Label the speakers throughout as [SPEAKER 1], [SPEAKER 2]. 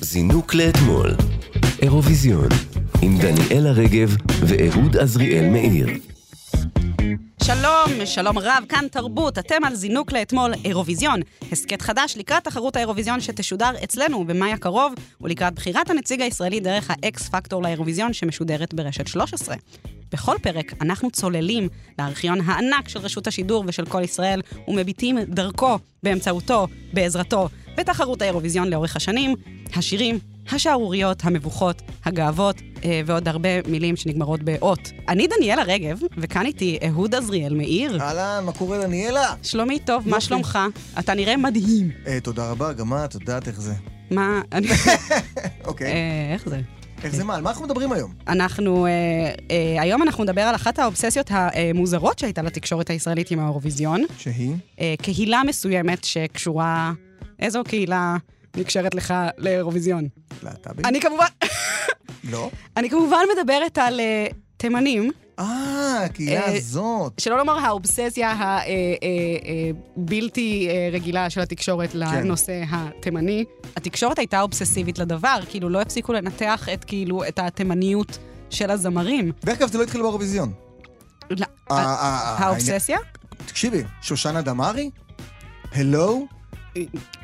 [SPEAKER 1] זינוק לאתמול, אירוויזיון, עם דניאלה רגב ואהוד עזריאל מאיר.
[SPEAKER 2] שלום, שלום רב, כאן תרבות, אתם על זינוק לאתמול, אירוויזיון. הסכת חדש לקראת תחרות האירוויזיון שתשודר אצלנו במאי הקרוב, ולקראת בחירת הנציג הישראלי דרך האקס פקטור לאירוויזיון שמשודרת ברשת 13. בכל פרק אנחנו צוללים לארכיון הענק של רשות השידור ושל כל ישראל, ומביטים דרכו, באמצעותו, בעזרתו, בתחרות האירוויזיון לאורך השנים, השירים, השערוריות, המבוכות, הגאוות, אה, ועוד הרבה מילים שנגמרות באות. אני דניאלה רגב, וכאן איתי אהוד עזריאל מאיר.
[SPEAKER 3] אהלן, מה קורה דניאלה?
[SPEAKER 2] שלומי טוב, מה שלומך? אתה נראה מדהים.
[SPEAKER 3] אה, תודה רבה, גם את, את יודעת איך זה.
[SPEAKER 2] מה... אני-
[SPEAKER 3] אוקיי.
[SPEAKER 2] אה, איך זה?
[SPEAKER 3] איך זה מה? על מה אנחנו מדברים היום?
[SPEAKER 2] אנחנו, אה, אה, היום אנחנו נדבר על אחת האובססיות המוזרות שהייתה לתקשורת הישראלית עם האירוויזיון.
[SPEAKER 3] שהיא?
[SPEAKER 2] אה, קהילה מסוימת שקשורה... איזו קהילה נקשרת לך לאירוויזיון?
[SPEAKER 3] להט"בים?
[SPEAKER 2] אני כמובן,
[SPEAKER 3] לא.
[SPEAKER 2] אני כמובן מדברת על אה, תימנים,
[SPEAKER 3] אה, הקהילה
[SPEAKER 2] אה,
[SPEAKER 3] הזאת.
[SPEAKER 2] שלא לומר האובססיה אה, הבלתי אה, רגילה של
[SPEAKER 3] כן.
[SPEAKER 2] התקשורת לנושא התימני. התקשורת הייתה אובססיבית לדבר, כאילו לא הפסיקו לנתח את כאילו את התימניות של הזמרים.
[SPEAKER 3] דרך אגב, זה לא התחיל באירוויזיון.
[SPEAKER 2] לא,
[SPEAKER 3] אה, אה, אה,
[SPEAKER 2] האובססיה?
[SPEAKER 3] העניין- תקשיבי, שושנה דמארי? הלו?
[SPEAKER 2] כן.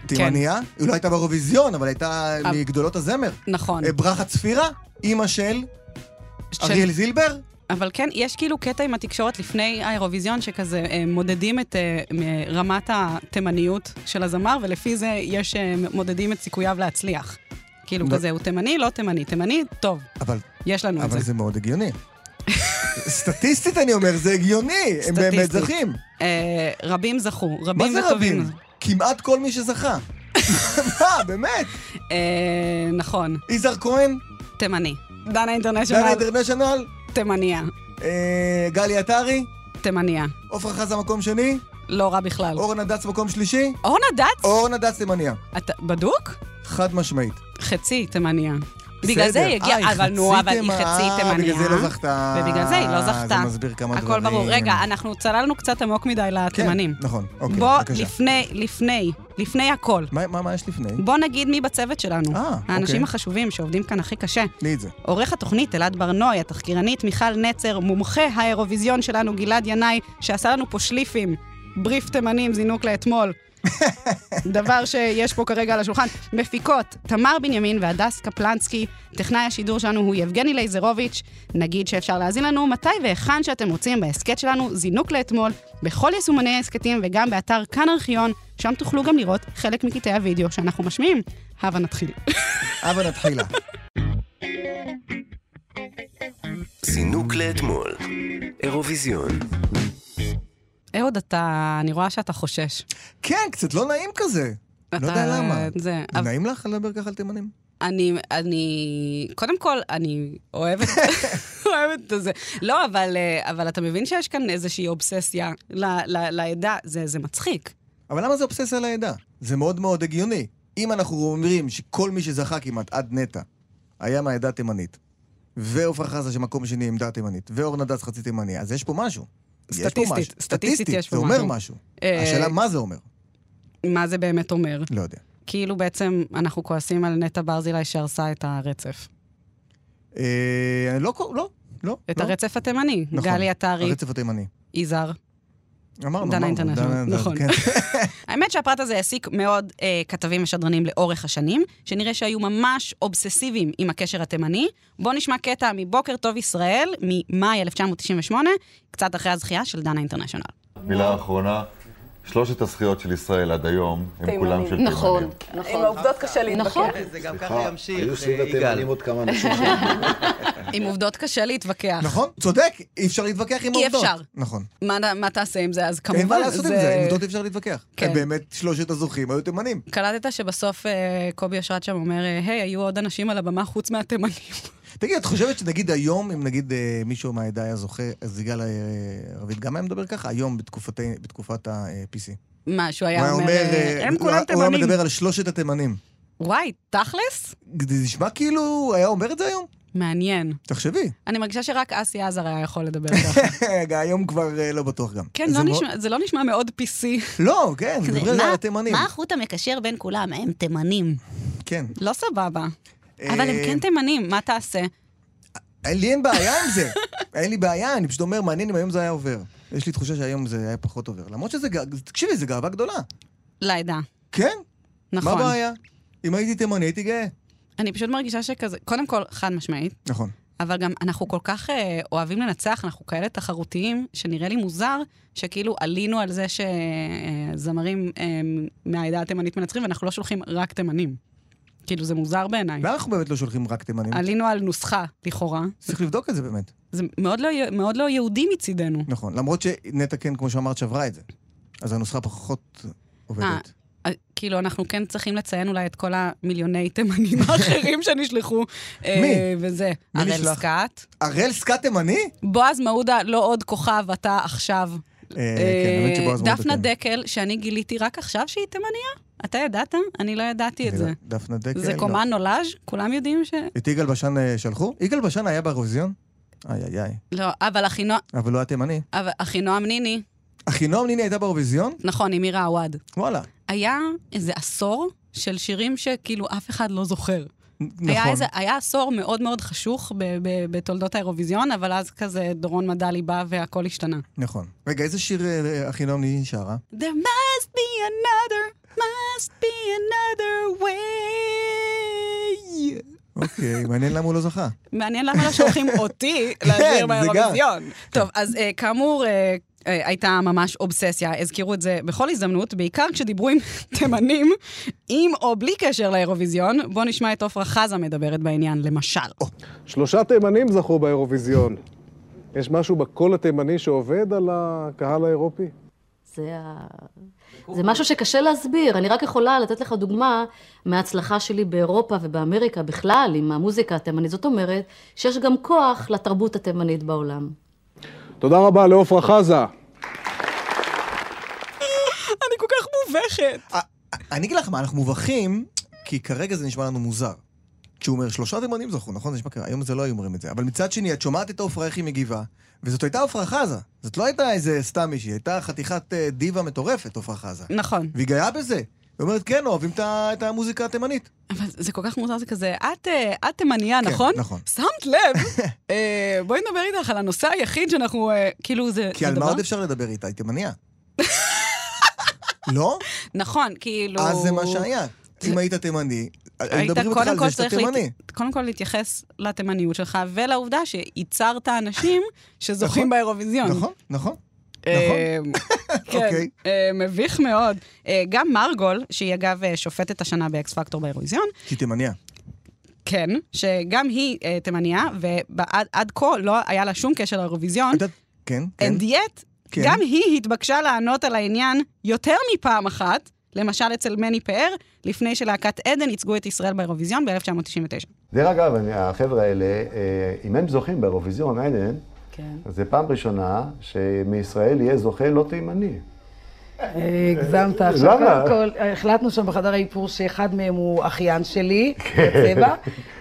[SPEAKER 3] תימניה? היא לא הייתה באירוויזיון, אבל הייתה
[SPEAKER 2] אה.
[SPEAKER 3] מגדולות הזמר.
[SPEAKER 2] נכון.
[SPEAKER 3] אה, ברכה צפירה? אימא של
[SPEAKER 2] של-
[SPEAKER 3] אריאל זילבר?
[SPEAKER 2] אבל כן, יש כאילו קטע עם התקשורת לפני האירוויזיון, שכזה אה, מודדים את אה, מ- רמת התימניות של הזמר, ולפי זה יש, אה, מודדים את סיכוייו להצליח. כאילו
[SPEAKER 3] ו-
[SPEAKER 2] כזה, הוא תימני, לא תימני. תימני, טוב,
[SPEAKER 3] אבל
[SPEAKER 2] יש לנו את זה.
[SPEAKER 3] אבל זה מאוד הגיוני. סטטיסטית אני אומר, זה הגיוני. הם באמת
[SPEAKER 2] סטטיסטית.
[SPEAKER 3] זכים.
[SPEAKER 2] אה, רבים זכו,
[SPEAKER 3] מה
[SPEAKER 2] רבים
[SPEAKER 3] זה
[SPEAKER 2] וטובים.
[SPEAKER 3] רבים? כמעט כל מי שזכה. מה, באמת?
[SPEAKER 2] אה, נכון,
[SPEAKER 3] יזהר כהן,
[SPEAKER 2] תימני. דנה
[SPEAKER 3] דן
[SPEAKER 2] אינטרנשיונל,
[SPEAKER 3] אינטרנשיונל,
[SPEAKER 2] תימניה.
[SPEAKER 3] אה, גלי עטרי,
[SPEAKER 2] תימניה.
[SPEAKER 3] עפרה חזה מקום שני,
[SPEAKER 2] לא רע בכלל.
[SPEAKER 3] אורנה דץ מקום שלישי,
[SPEAKER 2] אורנה דץ?
[SPEAKER 3] אורנה דץ תימניה.
[SPEAKER 2] אתה בדוק?
[SPEAKER 3] חד משמעית.
[SPEAKER 2] חצי תימניה. בגלל זה
[SPEAKER 3] בסדר.
[SPEAKER 2] היא
[SPEAKER 3] אה, היא
[SPEAKER 2] הגיעה, אבל נו,
[SPEAKER 3] חצי
[SPEAKER 2] אבל היא
[SPEAKER 3] תימניה.
[SPEAKER 2] חצי
[SPEAKER 3] אה,
[SPEAKER 2] תימניה.
[SPEAKER 3] בגלל זה היא לא זכתה.
[SPEAKER 2] ובגלל זה היא לא
[SPEAKER 3] זה
[SPEAKER 2] זכתה.
[SPEAKER 3] מסביר כמה דברים.
[SPEAKER 2] הכל ברור. רגע, אנחנו צללנו קצת עמוק מדי
[SPEAKER 3] כן,
[SPEAKER 2] לתימנים.
[SPEAKER 3] נכון, אוקיי,
[SPEAKER 2] בוא,
[SPEAKER 3] בבקשה.
[SPEAKER 2] לפני, לפני, לפני הכל.
[SPEAKER 3] מה- מה מה יש לפני?
[SPEAKER 2] בוא נגיד מי בצוות שלנו.
[SPEAKER 3] אה,
[SPEAKER 2] האנשים
[SPEAKER 3] אוקיי.
[SPEAKER 2] החשובים שעובדים כאן הכי קשה.
[SPEAKER 3] תני את זה.
[SPEAKER 2] עורך התוכנית אלעד ברנוי, התחקירנית מיכל נצר, מומחה האירוויזיון שלנו גלעד ינאי, שעשה לנו פה שליפים, בריף תימנים, זינוק לאתמול. דבר שיש פה כרגע על השולחן. מפיקות, תמר בנימין והדס קפלנסקי, טכנאי השידור שלנו הוא יבגני לייזרוביץ'. נגיד שאפשר להאזין לנו מתי והיכן שאתם רוצים בהסכת שלנו, זינוק לאתמול, בכל יישומני ההסכתים וגם באתר כאן ארכיון, שם תוכלו גם לראות חלק מקטעי הוידאו שאנחנו משמיעים. הבה נתחיל.
[SPEAKER 3] הבה נתחילה.
[SPEAKER 1] זינוק לאתמול, אירוויזיון.
[SPEAKER 2] אהוד, אתה, אני רואה שאתה חושש.
[SPEAKER 3] כן, קצת לא נעים כזה.
[SPEAKER 2] אתה- אה,
[SPEAKER 3] לא יודע למה.
[SPEAKER 2] זה, אבל
[SPEAKER 3] נעים לך לדבר ככה על תימנים?
[SPEAKER 2] אני, אני, קודם כל, אני אוהבת, אוהבת את זה. לא, אבל, אה, אבל אתה מבין שיש כאן איזושהי אובססיה ל, ל, לעדה, זה, זה מצחיק.
[SPEAKER 3] אבל למה זה אובססיה לעדה? זה מאוד מאוד הגיוני. אם אנחנו אומרים שכל מי שזכה כמעט עד נטע היה מהעדה התימנית, ועופרה חזה שמקום שני עמדה תימנית, ואורנה דס חצי תימני, אז יש פה משהו. יש פה
[SPEAKER 2] סטטיסטית,
[SPEAKER 3] משהו.
[SPEAKER 2] סטטיסטית יש פה
[SPEAKER 3] זה
[SPEAKER 2] משהו.
[SPEAKER 3] אומר משהו. השאלה מה זה אומר?
[SPEAKER 2] אה, מה זה באמת אומר?
[SPEAKER 3] לא יודע.
[SPEAKER 2] כאילו בעצם אנחנו כועסים על נטע ברזילי שהרסה את הרצף.
[SPEAKER 3] אה, לא, לא, לא. לא.
[SPEAKER 2] את הרצף התימני.
[SPEAKER 3] נכון.
[SPEAKER 2] גלי עטרי,
[SPEAKER 3] הרצף התימני.
[SPEAKER 2] יזהר.
[SPEAKER 3] אמרנו,
[SPEAKER 2] דנה
[SPEAKER 3] אמרנו,
[SPEAKER 2] אינטרנשיונל,
[SPEAKER 3] דנה-
[SPEAKER 2] נכון.
[SPEAKER 3] כן.
[SPEAKER 2] האמת שהפרט הזה העסיק מאוד אה, כתבים ושדרנים לאורך השנים, שנראה שהיו ממש אובססיביים עם הקשר התימני. בואו נשמע קטע מבוקר טוב ישראל, ממאי 1998, קצת אחרי הזכייה של דנה אינטרנשיונל.
[SPEAKER 4] מילה אחרונה, שלושת הזכיות של ישראל עד היום, הם כולם של תימנים.
[SPEAKER 5] נכון, נכון.
[SPEAKER 6] עם העובדות קשה להתווכח.
[SPEAKER 5] נכון.
[SPEAKER 7] זה גם ככה ימשיך,
[SPEAKER 8] היו סביב
[SPEAKER 7] אה, יגאל.
[SPEAKER 8] התימנים עוד כמה אנשים ש...
[SPEAKER 2] עם עובדות קשה להתווכח.
[SPEAKER 3] נכון, צודק, אי אפשר להתווכח עם
[SPEAKER 2] אי
[SPEAKER 3] העובדות.
[SPEAKER 2] אפשר.
[SPEAKER 3] נכון.
[SPEAKER 2] מה, מה תעשה עם זה? אז כמובן,
[SPEAKER 3] אין מה לעשות עם זה, עם עובדות אי אפשר להתווכח.
[SPEAKER 2] כן.
[SPEAKER 3] הם באמת שלושת הזוכים היו תימנים.
[SPEAKER 2] קלטת שבסוף אה, קובי אשרת שם אומר, אה, היי, היו עוד אנשים על הבמה חוץ מהתימנים.
[SPEAKER 3] תגיד, את חושבת שנגיד היום, אם נגיד אה, מישהו מהעדה היה זוכה, אז יגאל אה, רביד גם היה מדבר ככה? היום, בתקופתי- בתקופת ה-PC.
[SPEAKER 2] מה, שהוא
[SPEAKER 3] הוא
[SPEAKER 2] היה
[SPEAKER 3] היה
[SPEAKER 2] אומר,
[SPEAKER 3] אומר,
[SPEAKER 2] אה, הם
[SPEAKER 3] אה, הוא היה-
[SPEAKER 2] כולם
[SPEAKER 3] הוא היה
[SPEAKER 2] תימנים.
[SPEAKER 3] מדבר על שלושת התימנים.
[SPEAKER 2] וואי, תכלס?
[SPEAKER 3] זה נשמע כאילו הוא היה אומר את זה היום?
[SPEAKER 2] מעניין.
[SPEAKER 3] תחשבי.
[SPEAKER 2] אני מרגישה שרק אסי עזר היה יכול לדבר ככה.
[SPEAKER 3] רגע, היום כבר אה, לא בטוח גם.
[SPEAKER 2] כן,
[SPEAKER 3] זה
[SPEAKER 2] לא
[SPEAKER 3] מאוד-
[SPEAKER 2] נשמע, זה לא נשמע מאוד PC.
[SPEAKER 3] לא, כן, מדברים על התימנים.
[SPEAKER 2] החוט המקשר בין כולם? הם תימנים.
[SPEAKER 3] כן.
[SPEAKER 2] לא סבבה. אבל הם
[SPEAKER 3] אה,
[SPEAKER 2] כן תימנים, מה תעשה?
[SPEAKER 3] אין- לי אין בעיה עם זה. אין לי בעיה, אני פשוט אומר, מעניין אם היום זה היה עובר. יש לי תחושה שהיום זה היה פחות עובר. למרות שזה, גא- תקשיבי, זה גאווה גדולה.
[SPEAKER 2] לעדה.
[SPEAKER 3] כן?
[SPEAKER 2] נכון.
[SPEAKER 3] מה הבעיה? אם הייתי תימני, הייתי גאה.
[SPEAKER 2] אני פשוט מרגישה שכזה, קודם כל, חד משמעית,
[SPEAKER 3] נכון.
[SPEAKER 2] אבל גם אנחנו כל כך אה, אוהבים לנצח, אנחנו כאלה תחרותיים, שנראה לי מוזר שכאילו עלינו על זה שזמרים אה, מהעדה התימנית מנצחים, ואנחנו לא שולחים רק תימנים. כאילו, זה מוזר בעיניי.
[SPEAKER 3] למה אנחנו באמת לא שולחים רק תימנים?
[SPEAKER 2] עלינו על נוסחה, לכאורה.
[SPEAKER 3] צריך לבדוק את זה באמת.
[SPEAKER 2] זה מאוד לא, מאוד לא יהודי מצידנו.
[SPEAKER 3] נכון. למרות שנטע כן, כמו שאמרת, שברה את זה. אז הנוסחה פחות עובדת.
[SPEAKER 2] אה, כאילו, אנחנו כן צריכים לציין אולי את כל המיליוני תימנים האחרים שנשלחו. אה, וזה,
[SPEAKER 3] מי
[SPEAKER 2] הראל
[SPEAKER 3] נשלח?
[SPEAKER 2] סקאט.
[SPEAKER 3] הראל סקאט תימני?
[SPEAKER 2] בועז מעודה, לא עוד כוכב, אתה עכשיו.
[SPEAKER 3] אה, כן, האמת שבועז מעודה,
[SPEAKER 2] דפנה
[SPEAKER 3] כן.
[SPEAKER 2] דקל, שאני גיליתי רק עכשיו שהיא תימניה? אתה ידעת? אני לא ידעתי את
[SPEAKER 3] אני לא-
[SPEAKER 2] זה.
[SPEAKER 3] דפנה דקל.
[SPEAKER 2] זה
[SPEAKER 3] לא.
[SPEAKER 2] קומן נולאז'? כולם יודעים ש...
[SPEAKER 3] את יגאל בשן אה, שלחו? יגאל בשן היה באירוויזיון? איי איי איי.
[SPEAKER 2] לא, אבל אחינו-
[SPEAKER 3] אבל לא היה תימני.
[SPEAKER 2] אבל אחינועם ניני, עם
[SPEAKER 3] אחינועם ניני הייתה באירוויזיון?
[SPEAKER 2] נכון, עם מירה עווד.
[SPEAKER 3] וואלה.
[SPEAKER 2] היה איזה עשור של שירים שכאילו אף אחד לא זוכר.
[SPEAKER 3] נ-
[SPEAKER 2] היה,
[SPEAKER 3] נכון.
[SPEAKER 2] איזה, היה עשור מאוד מאוד חשוך ב- ב- בתולדות האירוויזיון, אבל אז כזה דורון מדלי בא והכל השתנה.
[SPEAKER 3] נכון. רגע, איזה שיר אה, אחינועם ניני שרה?
[SPEAKER 2] There must be another, must be another way.
[SPEAKER 3] אוקיי, מעניין למה הוא לא זכה.
[SPEAKER 2] מעניין למה לא שולחים אותי להסביר
[SPEAKER 3] כן, זה
[SPEAKER 2] באירוויזיון. טוב, אז אה, כאמור... אה, אה, הייתה ממש אובססיה, הזכירו את זה בכל הזדמנות, בעיקר כשדיברו עם תימנים, עם או בלי קשר לאירוויזיון. בואו נשמע את עפרה חזה מדברת בעניין, למשל.
[SPEAKER 5] שלושה תימנים זכו באירוויזיון. יש משהו בקול התימני שעובד על הקהל האירופי?
[SPEAKER 6] זה, ה... זה משהו שקשה להסביר. אני רק יכולה לתת לך דוגמה מההצלחה שלי באירופה ובאמריקה בכלל, עם המוזיקה התימנית. זאת אומרת, שיש גם כוח לתרבות התימנית בעולם.
[SPEAKER 5] תודה רבה לעפרה חזה.
[SPEAKER 2] אני כל כך מובכת.
[SPEAKER 3] אני אגיד לך מה, אנחנו מובכים, כי כרגע זה נשמע לנו מוזר. כשהוא אומר, שלושה תימנים זכו, נכון? זה נשמע כאילו, היום זה לא היו אומרים את זה. אבל מצד שני, את שומעת את עפרה איך היא מגיבה, וזאת הייתה עפרה חזה. זאת לא הייתה איזה סתם מישהי, הייתה חתיכת אה, דיבה מטורפת, עפרה חזה.
[SPEAKER 2] נכון.
[SPEAKER 3] והיא גאה בזה. היא אומרת, כן, אוהבים את ה- את המוזיקה התימנית.
[SPEAKER 2] אבל זה כל כך מוזר, זה כזה, את, אה, את תימניה,
[SPEAKER 3] כן,
[SPEAKER 2] נכון?
[SPEAKER 3] נכון.
[SPEAKER 2] שמת לב? אה, בואי נדבר איתך על הנושא היחיד שאנחנו, אה, כאילו, זה...
[SPEAKER 3] כי
[SPEAKER 2] זה
[SPEAKER 3] על מה
[SPEAKER 2] דבר-
[SPEAKER 3] עוד אפשר לדבר איתה? היא תימניה. לא?
[SPEAKER 2] נכון, כאילו...
[SPEAKER 3] אז אה, זה מה שהיה. אם היית תימני,
[SPEAKER 2] היית
[SPEAKER 3] מדברים איתך
[SPEAKER 2] קודם
[SPEAKER 3] על
[SPEAKER 2] כל
[SPEAKER 3] זה שאתה
[SPEAKER 2] צריך
[SPEAKER 3] תימני.
[SPEAKER 2] להת... קודם כל להתייחס לתימניות שלך ולעובדה שייצרת אנשים שזוכים באירוויזיון.
[SPEAKER 3] נכון, נכון.
[SPEAKER 2] אה, כן,
[SPEAKER 3] אוקיי.
[SPEAKER 2] אה, מביך מאוד. אה, גם מרגול, שהיא אגב אה, שופטת השנה באקס פקטור באירוויזיון,
[SPEAKER 3] כי תימניה.
[SPEAKER 2] כן, שגם היא אה, תימניה, ועד כה לא היה לה שום קשר לאירוויזיון.
[SPEAKER 3] את יודעת- כן, כן.
[SPEAKER 2] And yet,
[SPEAKER 3] כן.
[SPEAKER 2] גם היא התבקשה לענות על העניין יותר מפעם אחת, למשל אצל מני פאר, לפני שלהקת עדן ייצגו את ישראל באירוויזיון ב-1999.
[SPEAKER 9] דרך אגב, אני- החבר'ה האלה, אה, אם הם זוכים באירוויזיון עדן,
[SPEAKER 10] כן.
[SPEAKER 9] אז זו פעם ראשונה שמישראל יהיה זוכה לא תימני.
[SPEAKER 10] אה, הגזמת עכשיו.
[SPEAKER 9] למה?
[SPEAKER 10] קודם כל, החלטנו שם בחדר האיפור שאחד מהם הוא אחיין שלי, צבע,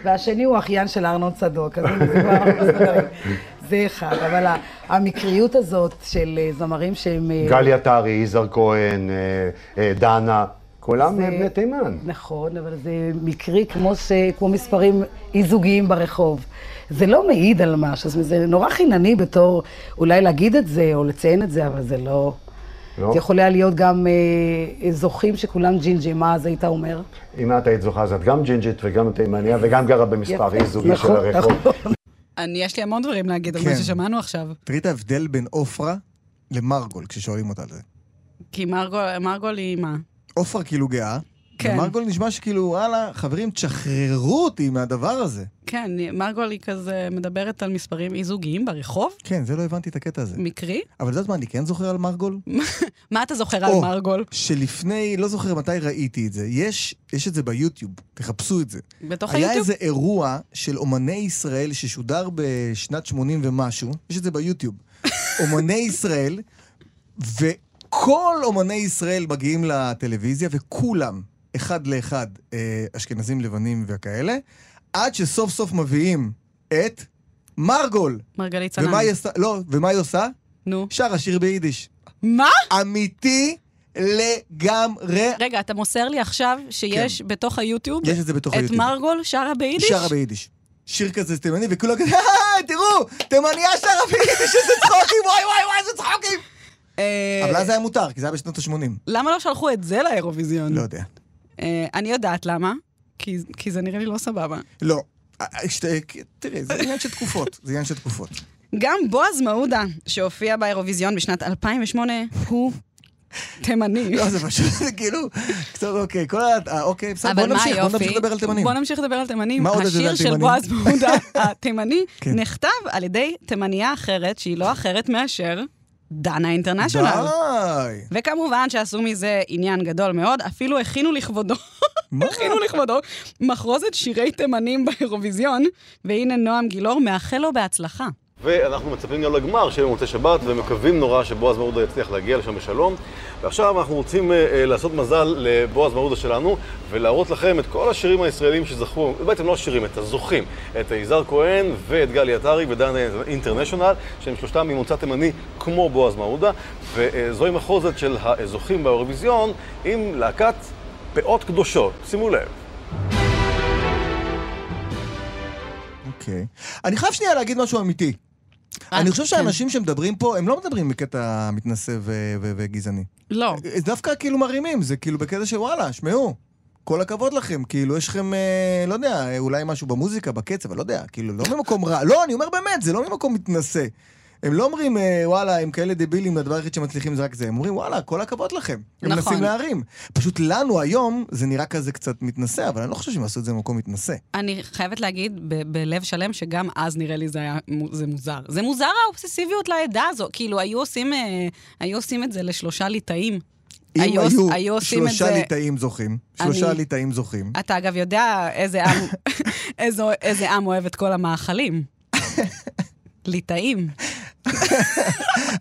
[SPEAKER 10] והשני הוא אחיין של ארנון צדוק, אז הנה, זה כבר אנחנו מסודרים. זה אחד, אבל ה- המקריות הזאת של אה, זמרים שהם... אה,
[SPEAKER 9] גלי עטרי, יזהר כהן, אה, אה, דנה, כולם
[SPEAKER 10] זה-
[SPEAKER 9] הם בני תימן.
[SPEAKER 10] נכון, אבל זה מקרי כמו, ש... כמו מספרים אי-זוגיים ברחוב. זה לא מעיד על משהו, זה- זה נורא חינני בתור אולי להגיד את זה או לציין את זה, אבל זה לא...
[SPEAKER 9] לא?
[SPEAKER 10] זה יכול היה להיות גם אה, זוכים שכולם ג'ינג'י, מה אז היית אומר?
[SPEAKER 9] אם את היית זוכה, אז את גם ג'ינג'ית וגם תימניה וגם גרה במספר
[SPEAKER 10] יפה.
[SPEAKER 9] אי-זוגי של
[SPEAKER 10] נכון,
[SPEAKER 9] הרחוב.
[SPEAKER 10] נכון.
[SPEAKER 2] אני, יש לי המון דברים להגיד על
[SPEAKER 3] כן.
[SPEAKER 2] מה ששמענו עכשיו.
[SPEAKER 3] תראי את ההבדל בין עופרה למרגול כששואלים אותה על זה.
[SPEAKER 2] כי מרגול, מרגול היא מה?
[SPEAKER 3] עופרה כאילו גאה,
[SPEAKER 2] כן.
[SPEAKER 3] ומרגול נשמע שכאילו, וואלה, חברים, תשחררו אותי מהדבר הזה.
[SPEAKER 2] כן, מרגול היא כזה מדברת על מספרים אי-זוגיים ברחוב,
[SPEAKER 3] כן, זה לא הבנתי את הקטע הזה.
[SPEAKER 2] מקרי.
[SPEAKER 3] אבל את יודעת מה אני כן זוכר על מרגול?
[SPEAKER 2] מה אתה זוכר על
[SPEAKER 3] או.
[SPEAKER 2] מרגול?
[SPEAKER 3] שלפני, לא זוכר מתי ראיתי את זה. יש, יש את זה ביוטיוב, תחפשו את זה.
[SPEAKER 2] בתוך
[SPEAKER 3] היה
[SPEAKER 2] היוטיוב?
[SPEAKER 3] איזה אירוע של אומני ישראל ששודר בשנת 80 ומשהו, יש את זה ביוטיוב. אומני ישראל, וכל אומני ישראל מגיעים לטלוויזיה, וכולם, אחד לאחד, אה, אשכנזים, לבנים וכאלה, עד שסוף סוף מביאים את מרגול.
[SPEAKER 2] מרגלית צנן.
[SPEAKER 3] ומה היא עושה? לא, ומה היא עושה?
[SPEAKER 2] נו.
[SPEAKER 3] שרה שיר ביידיש.
[SPEAKER 2] מה?
[SPEAKER 3] אמיתי לגמרי.
[SPEAKER 2] רגע, אתה מוסר לי עכשיו שיש בתוך היוטיוב
[SPEAKER 3] כן. יש את זה בתוך
[SPEAKER 2] את
[SPEAKER 3] היוטיוב.
[SPEAKER 2] מרגול שרה
[SPEAKER 3] היא
[SPEAKER 2] ביידיש?
[SPEAKER 3] שרה ביידיש. שיר כזה זה תימני, וכולם כזה, "אה, תראו, תימניה שרה ביידיש, איזה צחוקים, וואי וואי וואי, איזה צחוקים.
[SPEAKER 2] אה,
[SPEAKER 3] אבל אז זה היה מותר, כי זה היה בשנות ה-80.
[SPEAKER 2] למה לא שלחו את זה לאירוויזיון?
[SPEAKER 3] לא יודע.
[SPEAKER 2] אה, אני יודעת למה, כי- כי זה נראה לי לא סבבה.
[SPEAKER 3] לא. אה, אה, שת- כי- תראי, זה עניין של תקופות, זה עניין של תקופות.
[SPEAKER 2] גם בועז מעודה, שהופיע באירוויזיון בשנת 2008, הוא תימני.
[SPEAKER 3] לא, זה פשוט, זה כאילו, קצת אוקיי, כל ה... אה, אוקיי, בסדר, בוא נמשיך, בוא נמשיך לדבר על תימנים.
[SPEAKER 2] בוא נמשיך לדבר על תימנים.
[SPEAKER 3] מה עוד את יודעת
[SPEAKER 2] השיר של
[SPEAKER 3] תימנים?
[SPEAKER 2] בועז מעודה התימני
[SPEAKER 3] כן.
[SPEAKER 2] נכתב על ידי תימניה אחרת, שהיא לא אחרת מאשר דנה אינטרנשיונל.
[SPEAKER 3] די.
[SPEAKER 2] וכמובן שעשו מזה עניין גדול מאוד, אפילו הכינו לכבודו,
[SPEAKER 3] מה?
[SPEAKER 2] הכינו לכבודו מחרוזת שירי תימנים באירוויזיון, והנה נועם גילאור מאחל לו בהצלחה.
[SPEAKER 9] ואנחנו מצפים גם לגמר שיהיה במוצאי שבת, ומקווים נורא שבועז מעודה יצליח להגיע לשם בשלום. ועכשיו אנחנו רוצים אה, אה, לעשות מזל לבועז מעודה שלנו, ולהראות לכם את כל השירים הישראלים שזכו, בעצם לא השירים, את הזוכים, את יזהר כהן ואת גלי עטרי ודנה אינטרנשיונל, שהם שלושתם ממוצא תימני כמו בועז מעודה, וזוהי מחוזת של הזוכים באירוויזיון עם להקת פאות קדושות. שימו לב.
[SPEAKER 3] אוקיי. אני חייב שנייה להגיד משהו אמיתי.
[SPEAKER 2] אה,
[SPEAKER 3] אני
[SPEAKER 2] כן.
[SPEAKER 3] חושב שהאנשים שמדברים פה, הם לא מדברים מקטע מתנשא ו- ו- וגזעני.
[SPEAKER 2] לא.
[SPEAKER 3] אה, דווקא כאילו מרימים, זה כאילו בקטע של וואלה, שמעו, כל הכבוד לכם, כאילו יש לכם, אה, לא יודע, אה, אולי משהו במוזיקה, בקצב, אני לא יודע, כאילו לא ממקום רע, לא, אני אומר באמת, זה לא ממקום מתנשא. הם לא אומרים, אה, וואלה, הם כאלה דבילים, הדבר היחיד שמצליחים זה רק זה. הם אומרים, וואלה, כל הכבוד לכם. הם
[SPEAKER 2] נכון.
[SPEAKER 3] מנסים להרים. פשוט לנו היום זה נראה כזה קצת מתנשא, אבל אני לא חושב שהם עשו את זה במקום מתנשא.
[SPEAKER 2] אני חייבת להגיד ב- בלב שלם שגם אז נראה לי זה היה מו- זה מוזר. זה מוזר האובססיביות לעדה הזו. כאילו, היו עושים, אה, היו עושים את זה לשלושה ליטאים.
[SPEAKER 3] אם
[SPEAKER 2] היו-
[SPEAKER 3] היו,
[SPEAKER 2] היו עושים את
[SPEAKER 3] שלושה
[SPEAKER 2] זה-
[SPEAKER 3] ליטאים זוכים,
[SPEAKER 2] אני-
[SPEAKER 3] שלושה ליטאים זוכים,
[SPEAKER 2] אתה אגב יודע איזה עם, איזה, איזה עם אוהב את כל המאכלים. ליטאים.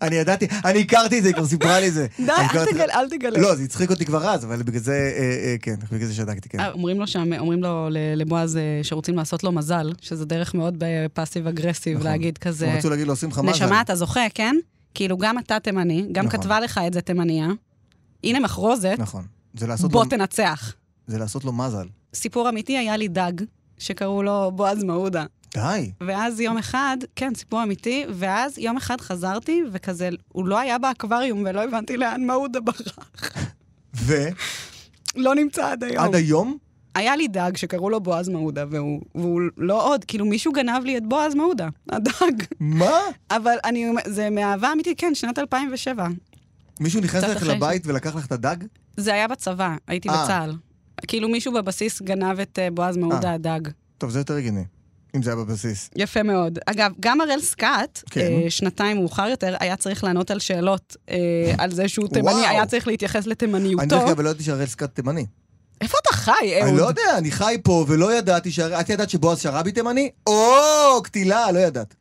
[SPEAKER 3] אני ידעתי, אני הכרתי את זה, היא כבר סיפרה לי את זה.
[SPEAKER 2] די,
[SPEAKER 3] אני
[SPEAKER 2] אל
[SPEAKER 3] הכרתי-
[SPEAKER 2] תגלה, אל תגלה.
[SPEAKER 3] לא, זה הצחיק אותי כבר אז, אבל בגלל זה, אה, אה, כן, בגלל זה שתקתי, כן.
[SPEAKER 2] אה, אומרים לו שם, אומרים לו ל- לבועז אה, שרוצים לעשות לו מזל, שזה דרך מאוד פאסיב אגרסיב
[SPEAKER 3] נכון.
[SPEAKER 2] להגיד כזה,
[SPEAKER 3] הם רצו להגיד לו, שמחה מזל.
[SPEAKER 2] נשמה, אתה זוכה, כן? כאילו, גם אתה תימני, גם
[SPEAKER 3] נכון.
[SPEAKER 2] כתבה לך את זה תימניה. הנה מחרוזת,
[SPEAKER 3] נכון. זה לעשות, לו,
[SPEAKER 2] בוא תנצח.
[SPEAKER 3] זה לעשות לו מזל.
[SPEAKER 2] סיפור אמיתי, היה לי דג, שקראו לו בועז מעודה.
[SPEAKER 3] די.
[SPEAKER 2] ואז יום אחד, כן, סיפור אמיתי, ואז יום אחד חזרתי, וכזה, הוא לא היה באקווריום, ולא הבנתי לאן מעודה ברח.
[SPEAKER 3] ועד
[SPEAKER 2] לא נמצא עד היום.
[SPEAKER 3] היום?
[SPEAKER 2] היה לי דג שקראו לו בועז מעודה, והוא, והוא לא עוד, כאילו מישהו גנב לי את בועז מעודה, הדג.
[SPEAKER 3] מה?
[SPEAKER 2] אבל אני, זה מאהבה אמיתית, כן, שנת 2007.
[SPEAKER 3] מישהו נכנס
[SPEAKER 2] קצת
[SPEAKER 3] לך
[SPEAKER 2] אחרי
[SPEAKER 3] לבית ולקח לך את הדג?
[SPEAKER 2] זה היה בצבא, הייתי
[SPEAKER 3] אה.
[SPEAKER 2] בצה"ל. כאילו מישהו בבסיס גנב את אה, בועז מעודה,
[SPEAKER 3] אה.
[SPEAKER 2] הדג.
[SPEAKER 3] טוב, זה יותר הגיוני. אם זה היה בבסיס.
[SPEAKER 2] יפה מאוד. אגב, גם הראל סקאט,
[SPEAKER 3] כן.
[SPEAKER 2] כן. אה, שנתיים מאוחר יותר, היה צריך לענות על שאלות אה, על זה שהוא תימני,
[SPEAKER 3] וואו.
[SPEAKER 2] היה צריך להתייחס
[SPEAKER 3] אני
[SPEAKER 2] לתימניותו.
[SPEAKER 3] דרך אגב לא ידעתי שהראל סקאט תימני.
[SPEAKER 2] איפה אתה חי, אהוד?
[SPEAKER 3] אני לא יודע, אני חי פה ולא ידעתי שהראל... את ידעת שבועז שראבי תימני? או, קטילה, לא ידעת.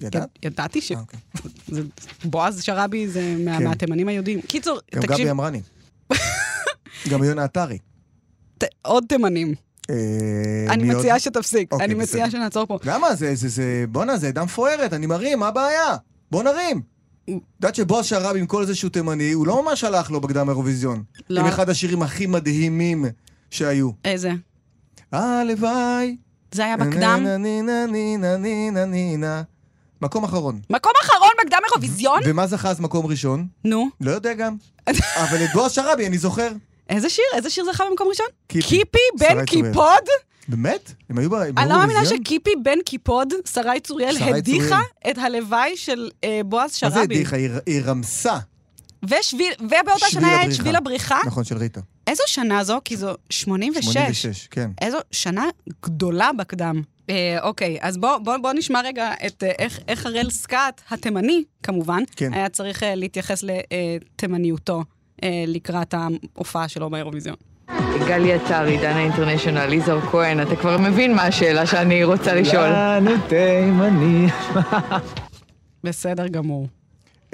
[SPEAKER 3] ידעת?
[SPEAKER 2] יד- ידעתי ש...
[SPEAKER 3] אה, אוקיי.
[SPEAKER 2] זה- בועז שראבי זה מה-
[SPEAKER 3] כן.
[SPEAKER 2] מהתימנים היהודים. קיצור,
[SPEAKER 3] גם
[SPEAKER 2] תקשיב,
[SPEAKER 3] גבי אמ- אמרני. גם יונה עטרי.
[SPEAKER 2] ת- עוד תימנים.
[SPEAKER 3] אה,
[SPEAKER 2] אני
[SPEAKER 3] מי עוד?
[SPEAKER 2] מציעה שתפסיק,
[SPEAKER 3] אוקיי,
[SPEAKER 2] אני מציעה
[SPEAKER 3] בסדר.
[SPEAKER 2] שנעצור פה.
[SPEAKER 3] למה זה, זה, זה, בואנה, זה עדה מפוארת, אני מרים, מה הבעיה? בוא נרים. את יודעת שבועז שרב עם כל זה שהוא תימני, הוא לא ממש הלך לו בקדם אירוויזיון.
[SPEAKER 2] לא.
[SPEAKER 3] עם אחד השירים הכי מדהימים שהיו.
[SPEAKER 2] איזה?
[SPEAKER 3] הלוואי.
[SPEAKER 2] זה
[SPEAKER 3] אה,
[SPEAKER 2] היה בקדם?
[SPEAKER 3] נה נה נה נה נה נה נה נה נה. מקום אחרון.
[SPEAKER 2] מקום אחרון בקדם אירוויזיון?
[SPEAKER 3] ומה זכה אז מקום ראשון?
[SPEAKER 2] נו,
[SPEAKER 3] לא יודע גם. אבל את בועז שרבי אני זוכר.
[SPEAKER 2] איזה שיר? איזה שיר זכה במקום ראשון?
[SPEAKER 3] קיפי.
[SPEAKER 2] קיפי
[SPEAKER 3] שרי
[SPEAKER 2] בן
[SPEAKER 3] צוריאל. לא
[SPEAKER 2] קיפוד?
[SPEAKER 3] באמת? הם היו ב- הם היו
[SPEAKER 2] אני לא מאמינה
[SPEAKER 3] באירוויזיון?
[SPEAKER 2] שקיפי בן קיפוד, שרי צוריאל,
[SPEAKER 3] שרי
[SPEAKER 2] הדיחה
[SPEAKER 3] צוריאל.
[SPEAKER 2] את הלוואי של אה, בועז
[SPEAKER 3] מה זה
[SPEAKER 2] שראבי.
[SPEAKER 3] הדיחה? היא היא רמסה.
[SPEAKER 2] ושביל- ובאותה
[SPEAKER 3] שביל
[SPEAKER 2] שנה היה את
[SPEAKER 3] הבריחה.
[SPEAKER 2] שביל הבריחה.
[SPEAKER 3] נכון, של ריטה.
[SPEAKER 2] איזו שנה זו? כי זו 86.
[SPEAKER 3] 86, כן.
[SPEAKER 2] איזו שנה גדולה בקדם. אה, אוקיי, אז בואו בוא, בוא נשמע רגע את אה, איך, איך הראל סקאט, התימני כמובן,
[SPEAKER 3] כן.
[SPEAKER 2] היה צריך אה, להתייחס לתימניותו אה, לקראת ההופעה שלו באירוויזיון.
[SPEAKER 11] גלי עטרי, דנה אינטרנשיונל, יזהר כהן, אתה כבר מבין מה השאלה שאני רוצה לשאול.
[SPEAKER 2] בסדר גמור.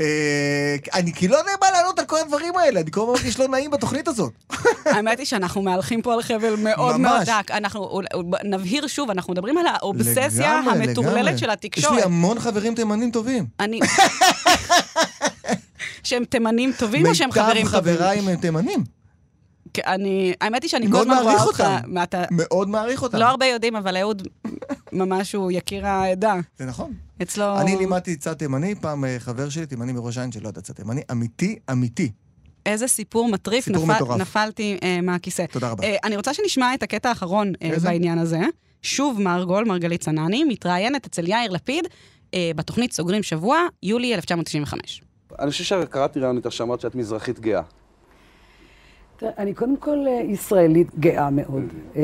[SPEAKER 3] אה, אני כאילו לא יודע מה לענות על כל הדברים האלה, אני כל הזמן מרגיש לא נעים בתוכנית הזאת.
[SPEAKER 2] האמת היא שאנחנו מהלכים פה על חבל מאוד
[SPEAKER 3] ממש.
[SPEAKER 2] מאוד דק. אנחנו אול- אול- נבהיר שוב, אנחנו מדברים על האובססיה
[SPEAKER 3] לגמרי,
[SPEAKER 2] המטורללת
[SPEAKER 3] לגמרי.
[SPEAKER 2] של
[SPEAKER 3] יש לי
[SPEAKER 2] התקשורת.
[SPEAKER 3] המון חברים תימנים טובים.
[SPEAKER 2] אני... שהם תימנים טובים או לא שהם חברים
[SPEAKER 3] מיטב
[SPEAKER 2] טובים?
[SPEAKER 3] חבריי הם תימנים.
[SPEAKER 2] כי אני, האמת היא שאני כל
[SPEAKER 3] מאוד
[SPEAKER 2] הזמן רואה
[SPEAKER 3] מעריך
[SPEAKER 2] אותך...
[SPEAKER 3] אותם.
[SPEAKER 2] מה, אתה-
[SPEAKER 3] מאוד מעריך אותם.
[SPEAKER 2] לא הרבה יודעים, אבל אהוד ממש הוא יקיר העדה.
[SPEAKER 3] זה נכון.
[SPEAKER 2] אצלו...
[SPEAKER 3] אני לימדתי צד תימני, פעם אה, חבר שלי, תימני מראש העין שלא ידע צד תימני, אמיתי, אמיתי.
[SPEAKER 2] איזה סיפור מטריף,
[SPEAKER 3] סיפור
[SPEAKER 2] נפל,
[SPEAKER 3] מטורף.
[SPEAKER 2] נפלתי אה, מהכיסא.
[SPEAKER 3] תודה רבה.
[SPEAKER 2] אה, אני רוצה שנשמע את הקטע האחרון אה,
[SPEAKER 3] איזה?
[SPEAKER 2] בעניין הזה. שוב מרגול, מרגלית צנני, מתראיינת אצל יאיר לפיד אה, בתוכנית סוגרים שבוע, יולי 1995.
[SPEAKER 12] אני חושב שקראתי ראיון איתך שאמרת שאת מזרחית גאה.
[SPEAKER 10] תראה, אני קודם כל אה, ישראלית גאה מאוד. אה,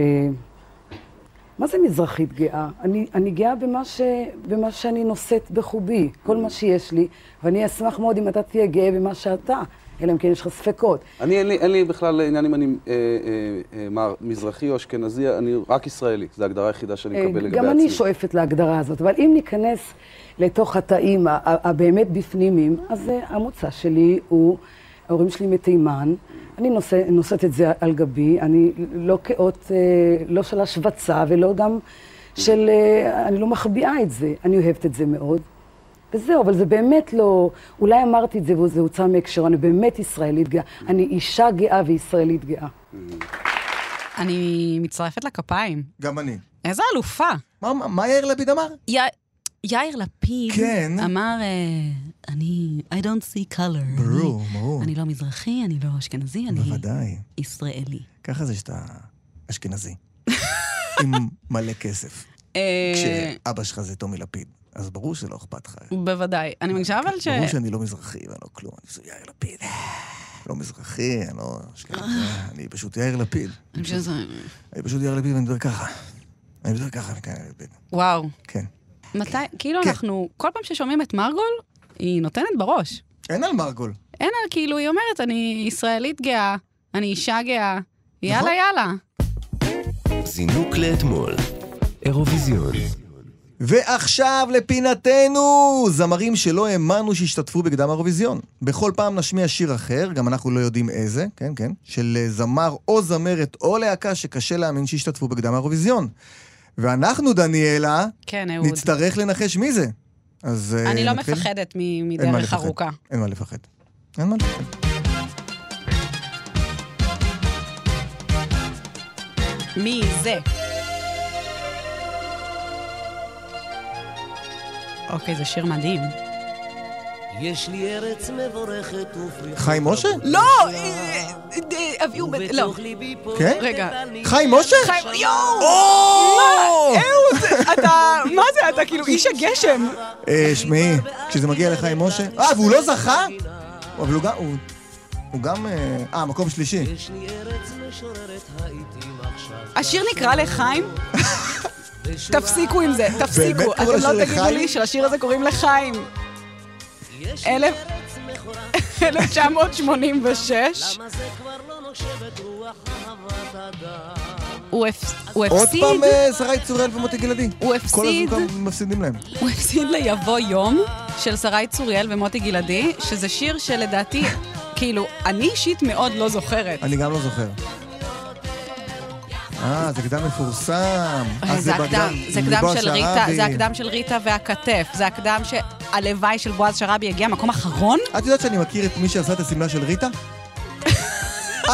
[SPEAKER 10] מה זה מזרחית גאה? אני, אני גאה במה, ש, במה שאני נושאת בחובי, כל מה שיש לי, ואני אשמח מאוד אם אתה תהיה גאה במה שאתה, אלא אם כן יש לך ספקות.
[SPEAKER 12] אני, אין לי, אין לי בכלל עניין אם אני אה, אה, אה, מה, מזרחי או אשכנזי, אני רק ישראלי. זו ההגדרה היחידה שאני מקבל לגבי
[SPEAKER 10] אה, גם
[SPEAKER 12] עצמי.
[SPEAKER 10] אני שואפת להגדרה הזאת, אבל אם ניכנס לתוך התאים ה- ה- הבאמת בפנימיים, אז אה, המוצא שלי הוא, ההורים שלי מתימן, אני נושא, נושאת את זה על גבי, אני לא כאות, אה, לא של השבצה ולא גם של, אה, אני לא מחביאה את זה, אני אוהבת את זה מאוד. וזהו, אבל זה באמת לא, אולי אמרתי את זה וזה הוצא מהקשר, אני באמת ישראלית גאה, אני אישה גאה וישראלית גאה.
[SPEAKER 2] אני מצטרפת לכפיים.
[SPEAKER 3] גם אני.
[SPEAKER 2] איזה אלופה.
[SPEAKER 3] מה, מה יאיר לפיד אמר?
[SPEAKER 2] יאיר לפיד
[SPEAKER 3] כן.
[SPEAKER 2] אמר, אה, אני, I don't see color.
[SPEAKER 3] ברור,
[SPEAKER 2] אני-
[SPEAKER 3] ברור.
[SPEAKER 2] אני לא מזרחי, אני לא אשכנזי, אני
[SPEAKER 3] בוודאי.
[SPEAKER 2] ישראלי.
[SPEAKER 3] ככה זה שאתה אשכנזי. עם מלא כסף.
[SPEAKER 2] אה,
[SPEAKER 3] כשאבא שלך זה טומי לפיד, אז ברור שלא אכפת לך.
[SPEAKER 2] בוודאי. אני מרגישה אבל ש...
[SPEAKER 3] ברור שאני לא מזרחי ואני לא כלום. אני פשוט יאיר לפיד. לא מזרחי, אני לא אשכנזי, אני פשוט יאיר לפיד.
[SPEAKER 2] אני חושבת שזה-
[SPEAKER 3] אני פשוט יאיר לפיד ואני מדבר ככה. אני מדבר ככה, אני כאן יאיר לפיד.
[SPEAKER 2] וואו.
[SPEAKER 3] כן.
[SPEAKER 2] מתי, כאילו אנחנו, כל פעם ששומעים את מרגול, היא נותנת בראש.
[SPEAKER 3] אין על מרגול.
[SPEAKER 2] אין על, כאילו, היא אומרת, אני ישראלית גאה, אני אישה גאה, יאללה יאללה.
[SPEAKER 1] זינוק לאתמול, אירוויזיון.
[SPEAKER 3] ועכשיו לפינתנו! זמרים שלא האמנו שהשתתפו בקדם האירוויזיון. בכל פעם נשמיע שיר אחר, גם אנחנו לא יודעים איזה, כן, כן, של אה, זמר או זמרת או להקה שקשה להאמין שהשתתפו בקדם האירוויזיון. ואנחנו, דניאלה,
[SPEAKER 2] כן, אהוד.
[SPEAKER 3] נצטרך לנחש מי זה. אז אה,
[SPEAKER 2] אני לא
[SPEAKER 3] נתחיל?
[SPEAKER 2] מפחדת מ-
[SPEAKER 3] אין מה
[SPEAKER 2] מדרך
[SPEAKER 3] לפחד.
[SPEAKER 2] ארוכה.
[SPEAKER 3] אין מה לפחד. אין מה לפחד.
[SPEAKER 2] מי זה? אוקיי, זה שיר מדהים.
[SPEAKER 13] יש לי ארץ מבורכת ופריחה.
[SPEAKER 3] חיים משה?
[SPEAKER 2] לא! אה, אה, אביהו בן... לא.
[SPEAKER 3] כן?
[SPEAKER 2] רגע.
[SPEAKER 3] חיים משה?
[SPEAKER 2] חיים... יואו! מה? אהוד, אתה... מה זה? אתה כאילו איש הגשם.
[SPEAKER 3] אה, שמעי, כשזה מגיע לחיים משה... אה, והוא לא זכה? אבל הוא גם... הוא- הוא גם... אה, אה, מקום שלישי.
[SPEAKER 13] יש לי ארץ משוררת העיתים עכשיו.
[SPEAKER 2] השיר נקרא לחיים? תפסיקו עם זה, תפסיקו.
[SPEAKER 13] באמת קראו
[SPEAKER 2] אתם
[SPEAKER 13] לשיר
[SPEAKER 2] לא תגידו
[SPEAKER 13] לחיים?
[SPEAKER 2] לי שלשיר הזה קוראים לחיים. אלף- 1986,
[SPEAKER 13] למה זה כבר לא נושבת רוח אהבת אדם?
[SPEAKER 2] הוא הפס- הוא
[SPEAKER 3] עוד
[SPEAKER 2] הפסיד,
[SPEAKER 3] פעם אה, שרי צוריאל ומוטי גלעדי.
[SPEAKER 2] הוא
[SPEAKER 3] כל
[SPEAKER 2] הפסיד,
[SPEAKER 3] הזמן כולם מפסידים להם.
[SPEAKER 2] הוא הפסיד ליבוא יום של שרי צוריאל ומוטי גלעדי, שזה שיר שלדעתי, כאילו, אני אישית מאוד לא זוכרת.
[SPEAKER 3] אני גם לא זוכר. אה, זה קדם מפורסם. אה,
[SPEAKER 2] אה, זה הקדם,
[SPEAKER 3] בגד-
[SPEAKER 2] זה
[SPEAKER 3] עם
[SPEAKER 2] הקדם
[SPEAKER 3] בועז
[SPEAKER 2] של ריטה,
[SPEAKER 3] שרעבי.
[SPEAKER 2] זה הקדם של ריטה והכתף, זה הקדם שהלוואי של בועז שרעבי הגיע מקום אחרון?
[SPEAKER 3] את יודעת שאני מכיר את מי שעשה את השמלה של ריטה?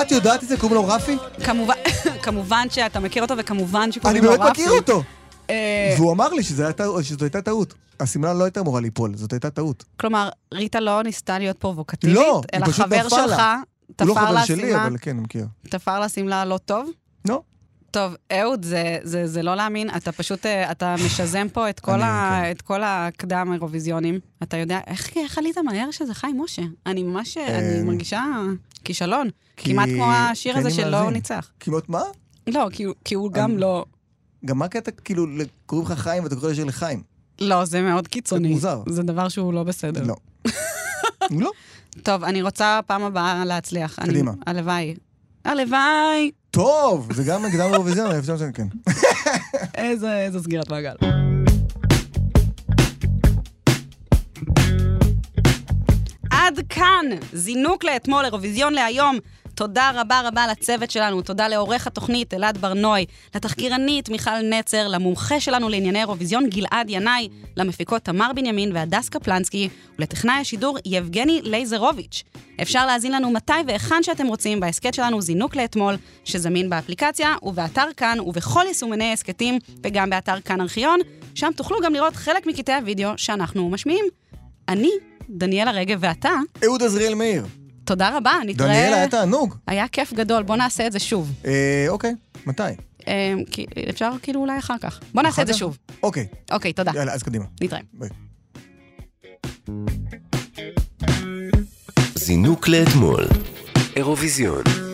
[SPEAKER 3] את יודעת את זה? קוראים לו רפי?
[SPEAKER 2] כמובן, כמובן שאתה מכיר אותו וכמובן
[SPEAKER 3] אני
[SPEAKER 2] שקוראים לו
[SPEAKER 3] באמת
[SPEAKER 2] רפי.
[SPEAKER 3] מכיר אותו.
[SPEAKER 2] אה,
[SPEAKER 3] והוא אמר לי שזה הייתה- שזאת הייתה טעות. השמלה לא הייתה אמורה ליפול, זאת הייתה טעות.
[SPEAKER 2] כלומר, ריטה לא ניסתה להיות פרובוקטיבית,
[SPEAKER 3] לא, היא
[SPEAKER 2] אלא
[SPEAKER 3] פשוט
[SPEAKER 2] חבר
[SPEAKER 3] נפלה
[SPEAKER 2] שלך
[SPEAKER 3] לה. הוא לא
[SPEAKER 2] תפר לה
[SPEAKER 3] חבר שלי,
[SPEAKER 2] שמלה,
[SPEAKER 3] אבל כן, אני מכיר.
[SPEAKER 2] תפר לה שמלה לא טוב?
[SPEAKER 3] לא.
[SPEAKER 2] טוב, אהוד, זה, זה, זה לא להאמין, אתה פשוט, אה, אתה משזם פה את כל, ה, את כל הקדם האירוויזיונים. אתה יודע, איך, איך עלית מהר שזה חיים משה? אני ממש, אה, אני
[SPEAKER 3] אמ,
[SPEAKER 2] מרגישה כישלון.
[SPEAKER 3] כי-
[SPEAKER 2] כמעט כמו השיר
[SPEAKER 3] כי
[SPEAKER 2] הזה
[SPEAKER 3] אני
[SPEAKER 2] שלא
[SPEAKER 3] מאזין.
[SPEAKER 2] ניצח.
[SPEAKER 3] כמעט מה?
[SPEAKER 2] לא, כי, הוא- כי הוא גם לא...
[SPEAKER 3] גם מה הקטע, כאילו, קוראים לך חיים ואתה קורא לשיר לחיים.
[SPEAKER 2] לא, זה מאוד קיצוני.
[SPEAKER 3] זה מוזר.
[SPEAKER 2] זה דבר שהוא לא בסדר.
[SPEAKER 3] לא. לא.
[SPEAKER 2] טוב, אני רוצה פעם הבאה להצליח. אני-
[SPEAKER 3] קדימה.
[SPEAKER 2] הלוואי. הלוואי.
[SPEAKER 3] טוב, זה גם הקדם אירוויזיון, 1900, כן.
[SPEAKER 2] איזה איזה סגירת מעגל. עד כאן זינוק לאתמול, אירוויזיון להיום. תודה רבה רבה לצוות שלנו, תודה לעורך התוכנית אלעד ברנוי, לתחקירנית מיכל נצר, למומחה שלנו לענייני אירוויזיון גלעד ינאי, למפיקות תמר בנימין והדס קפלנסקי, ולטכנאי השידור יבגני לייזרוביץ'. אפשר להאזין לנו מתי והיכן שאתם רוצים בהסכת שלנו זינוק לאתמול, שזמין באפליקציה ובאתר כאן ובכל יישומני ההסכתים, וגם באתר כאן ארכיון, שם תוכלו גם לראות חלק מקטעי הוידאו שאנחנו משמיעים. אני, דניאלה רגב ואתה,
[SPEAKER 3] אהוד עזריאל מאיר.
[SPEAKER 2] תודה רבה, נתראה.
[SPEAKER 3] דניאלה, היה תענוג.
[SPEAKER 2] היה כיף גדול, בוא נעשה את זה שוב.
[SPEAKER 3] אה, אוקיי, מתי?
[SPEAKER 2] אה, כי- אפשר כאילו אולי אחר כך. בוא נעשה
[SPEAKER 3] אחר
[SPEAKER 2] את זה
[SPEAKER 3] כך?
[SPEAKER 2] שוב.
[SPEAKER 3] אוקיי.
[SPEAKER 2] אוקיי, תודה.
[SPEAKER 3] יאללה, אז קדימה.
[SPEAKER 2] נתראה.
[SPEAKER 3] ביי.
[SPEAKER 1] זינוק לאתמול, אירוויזיון.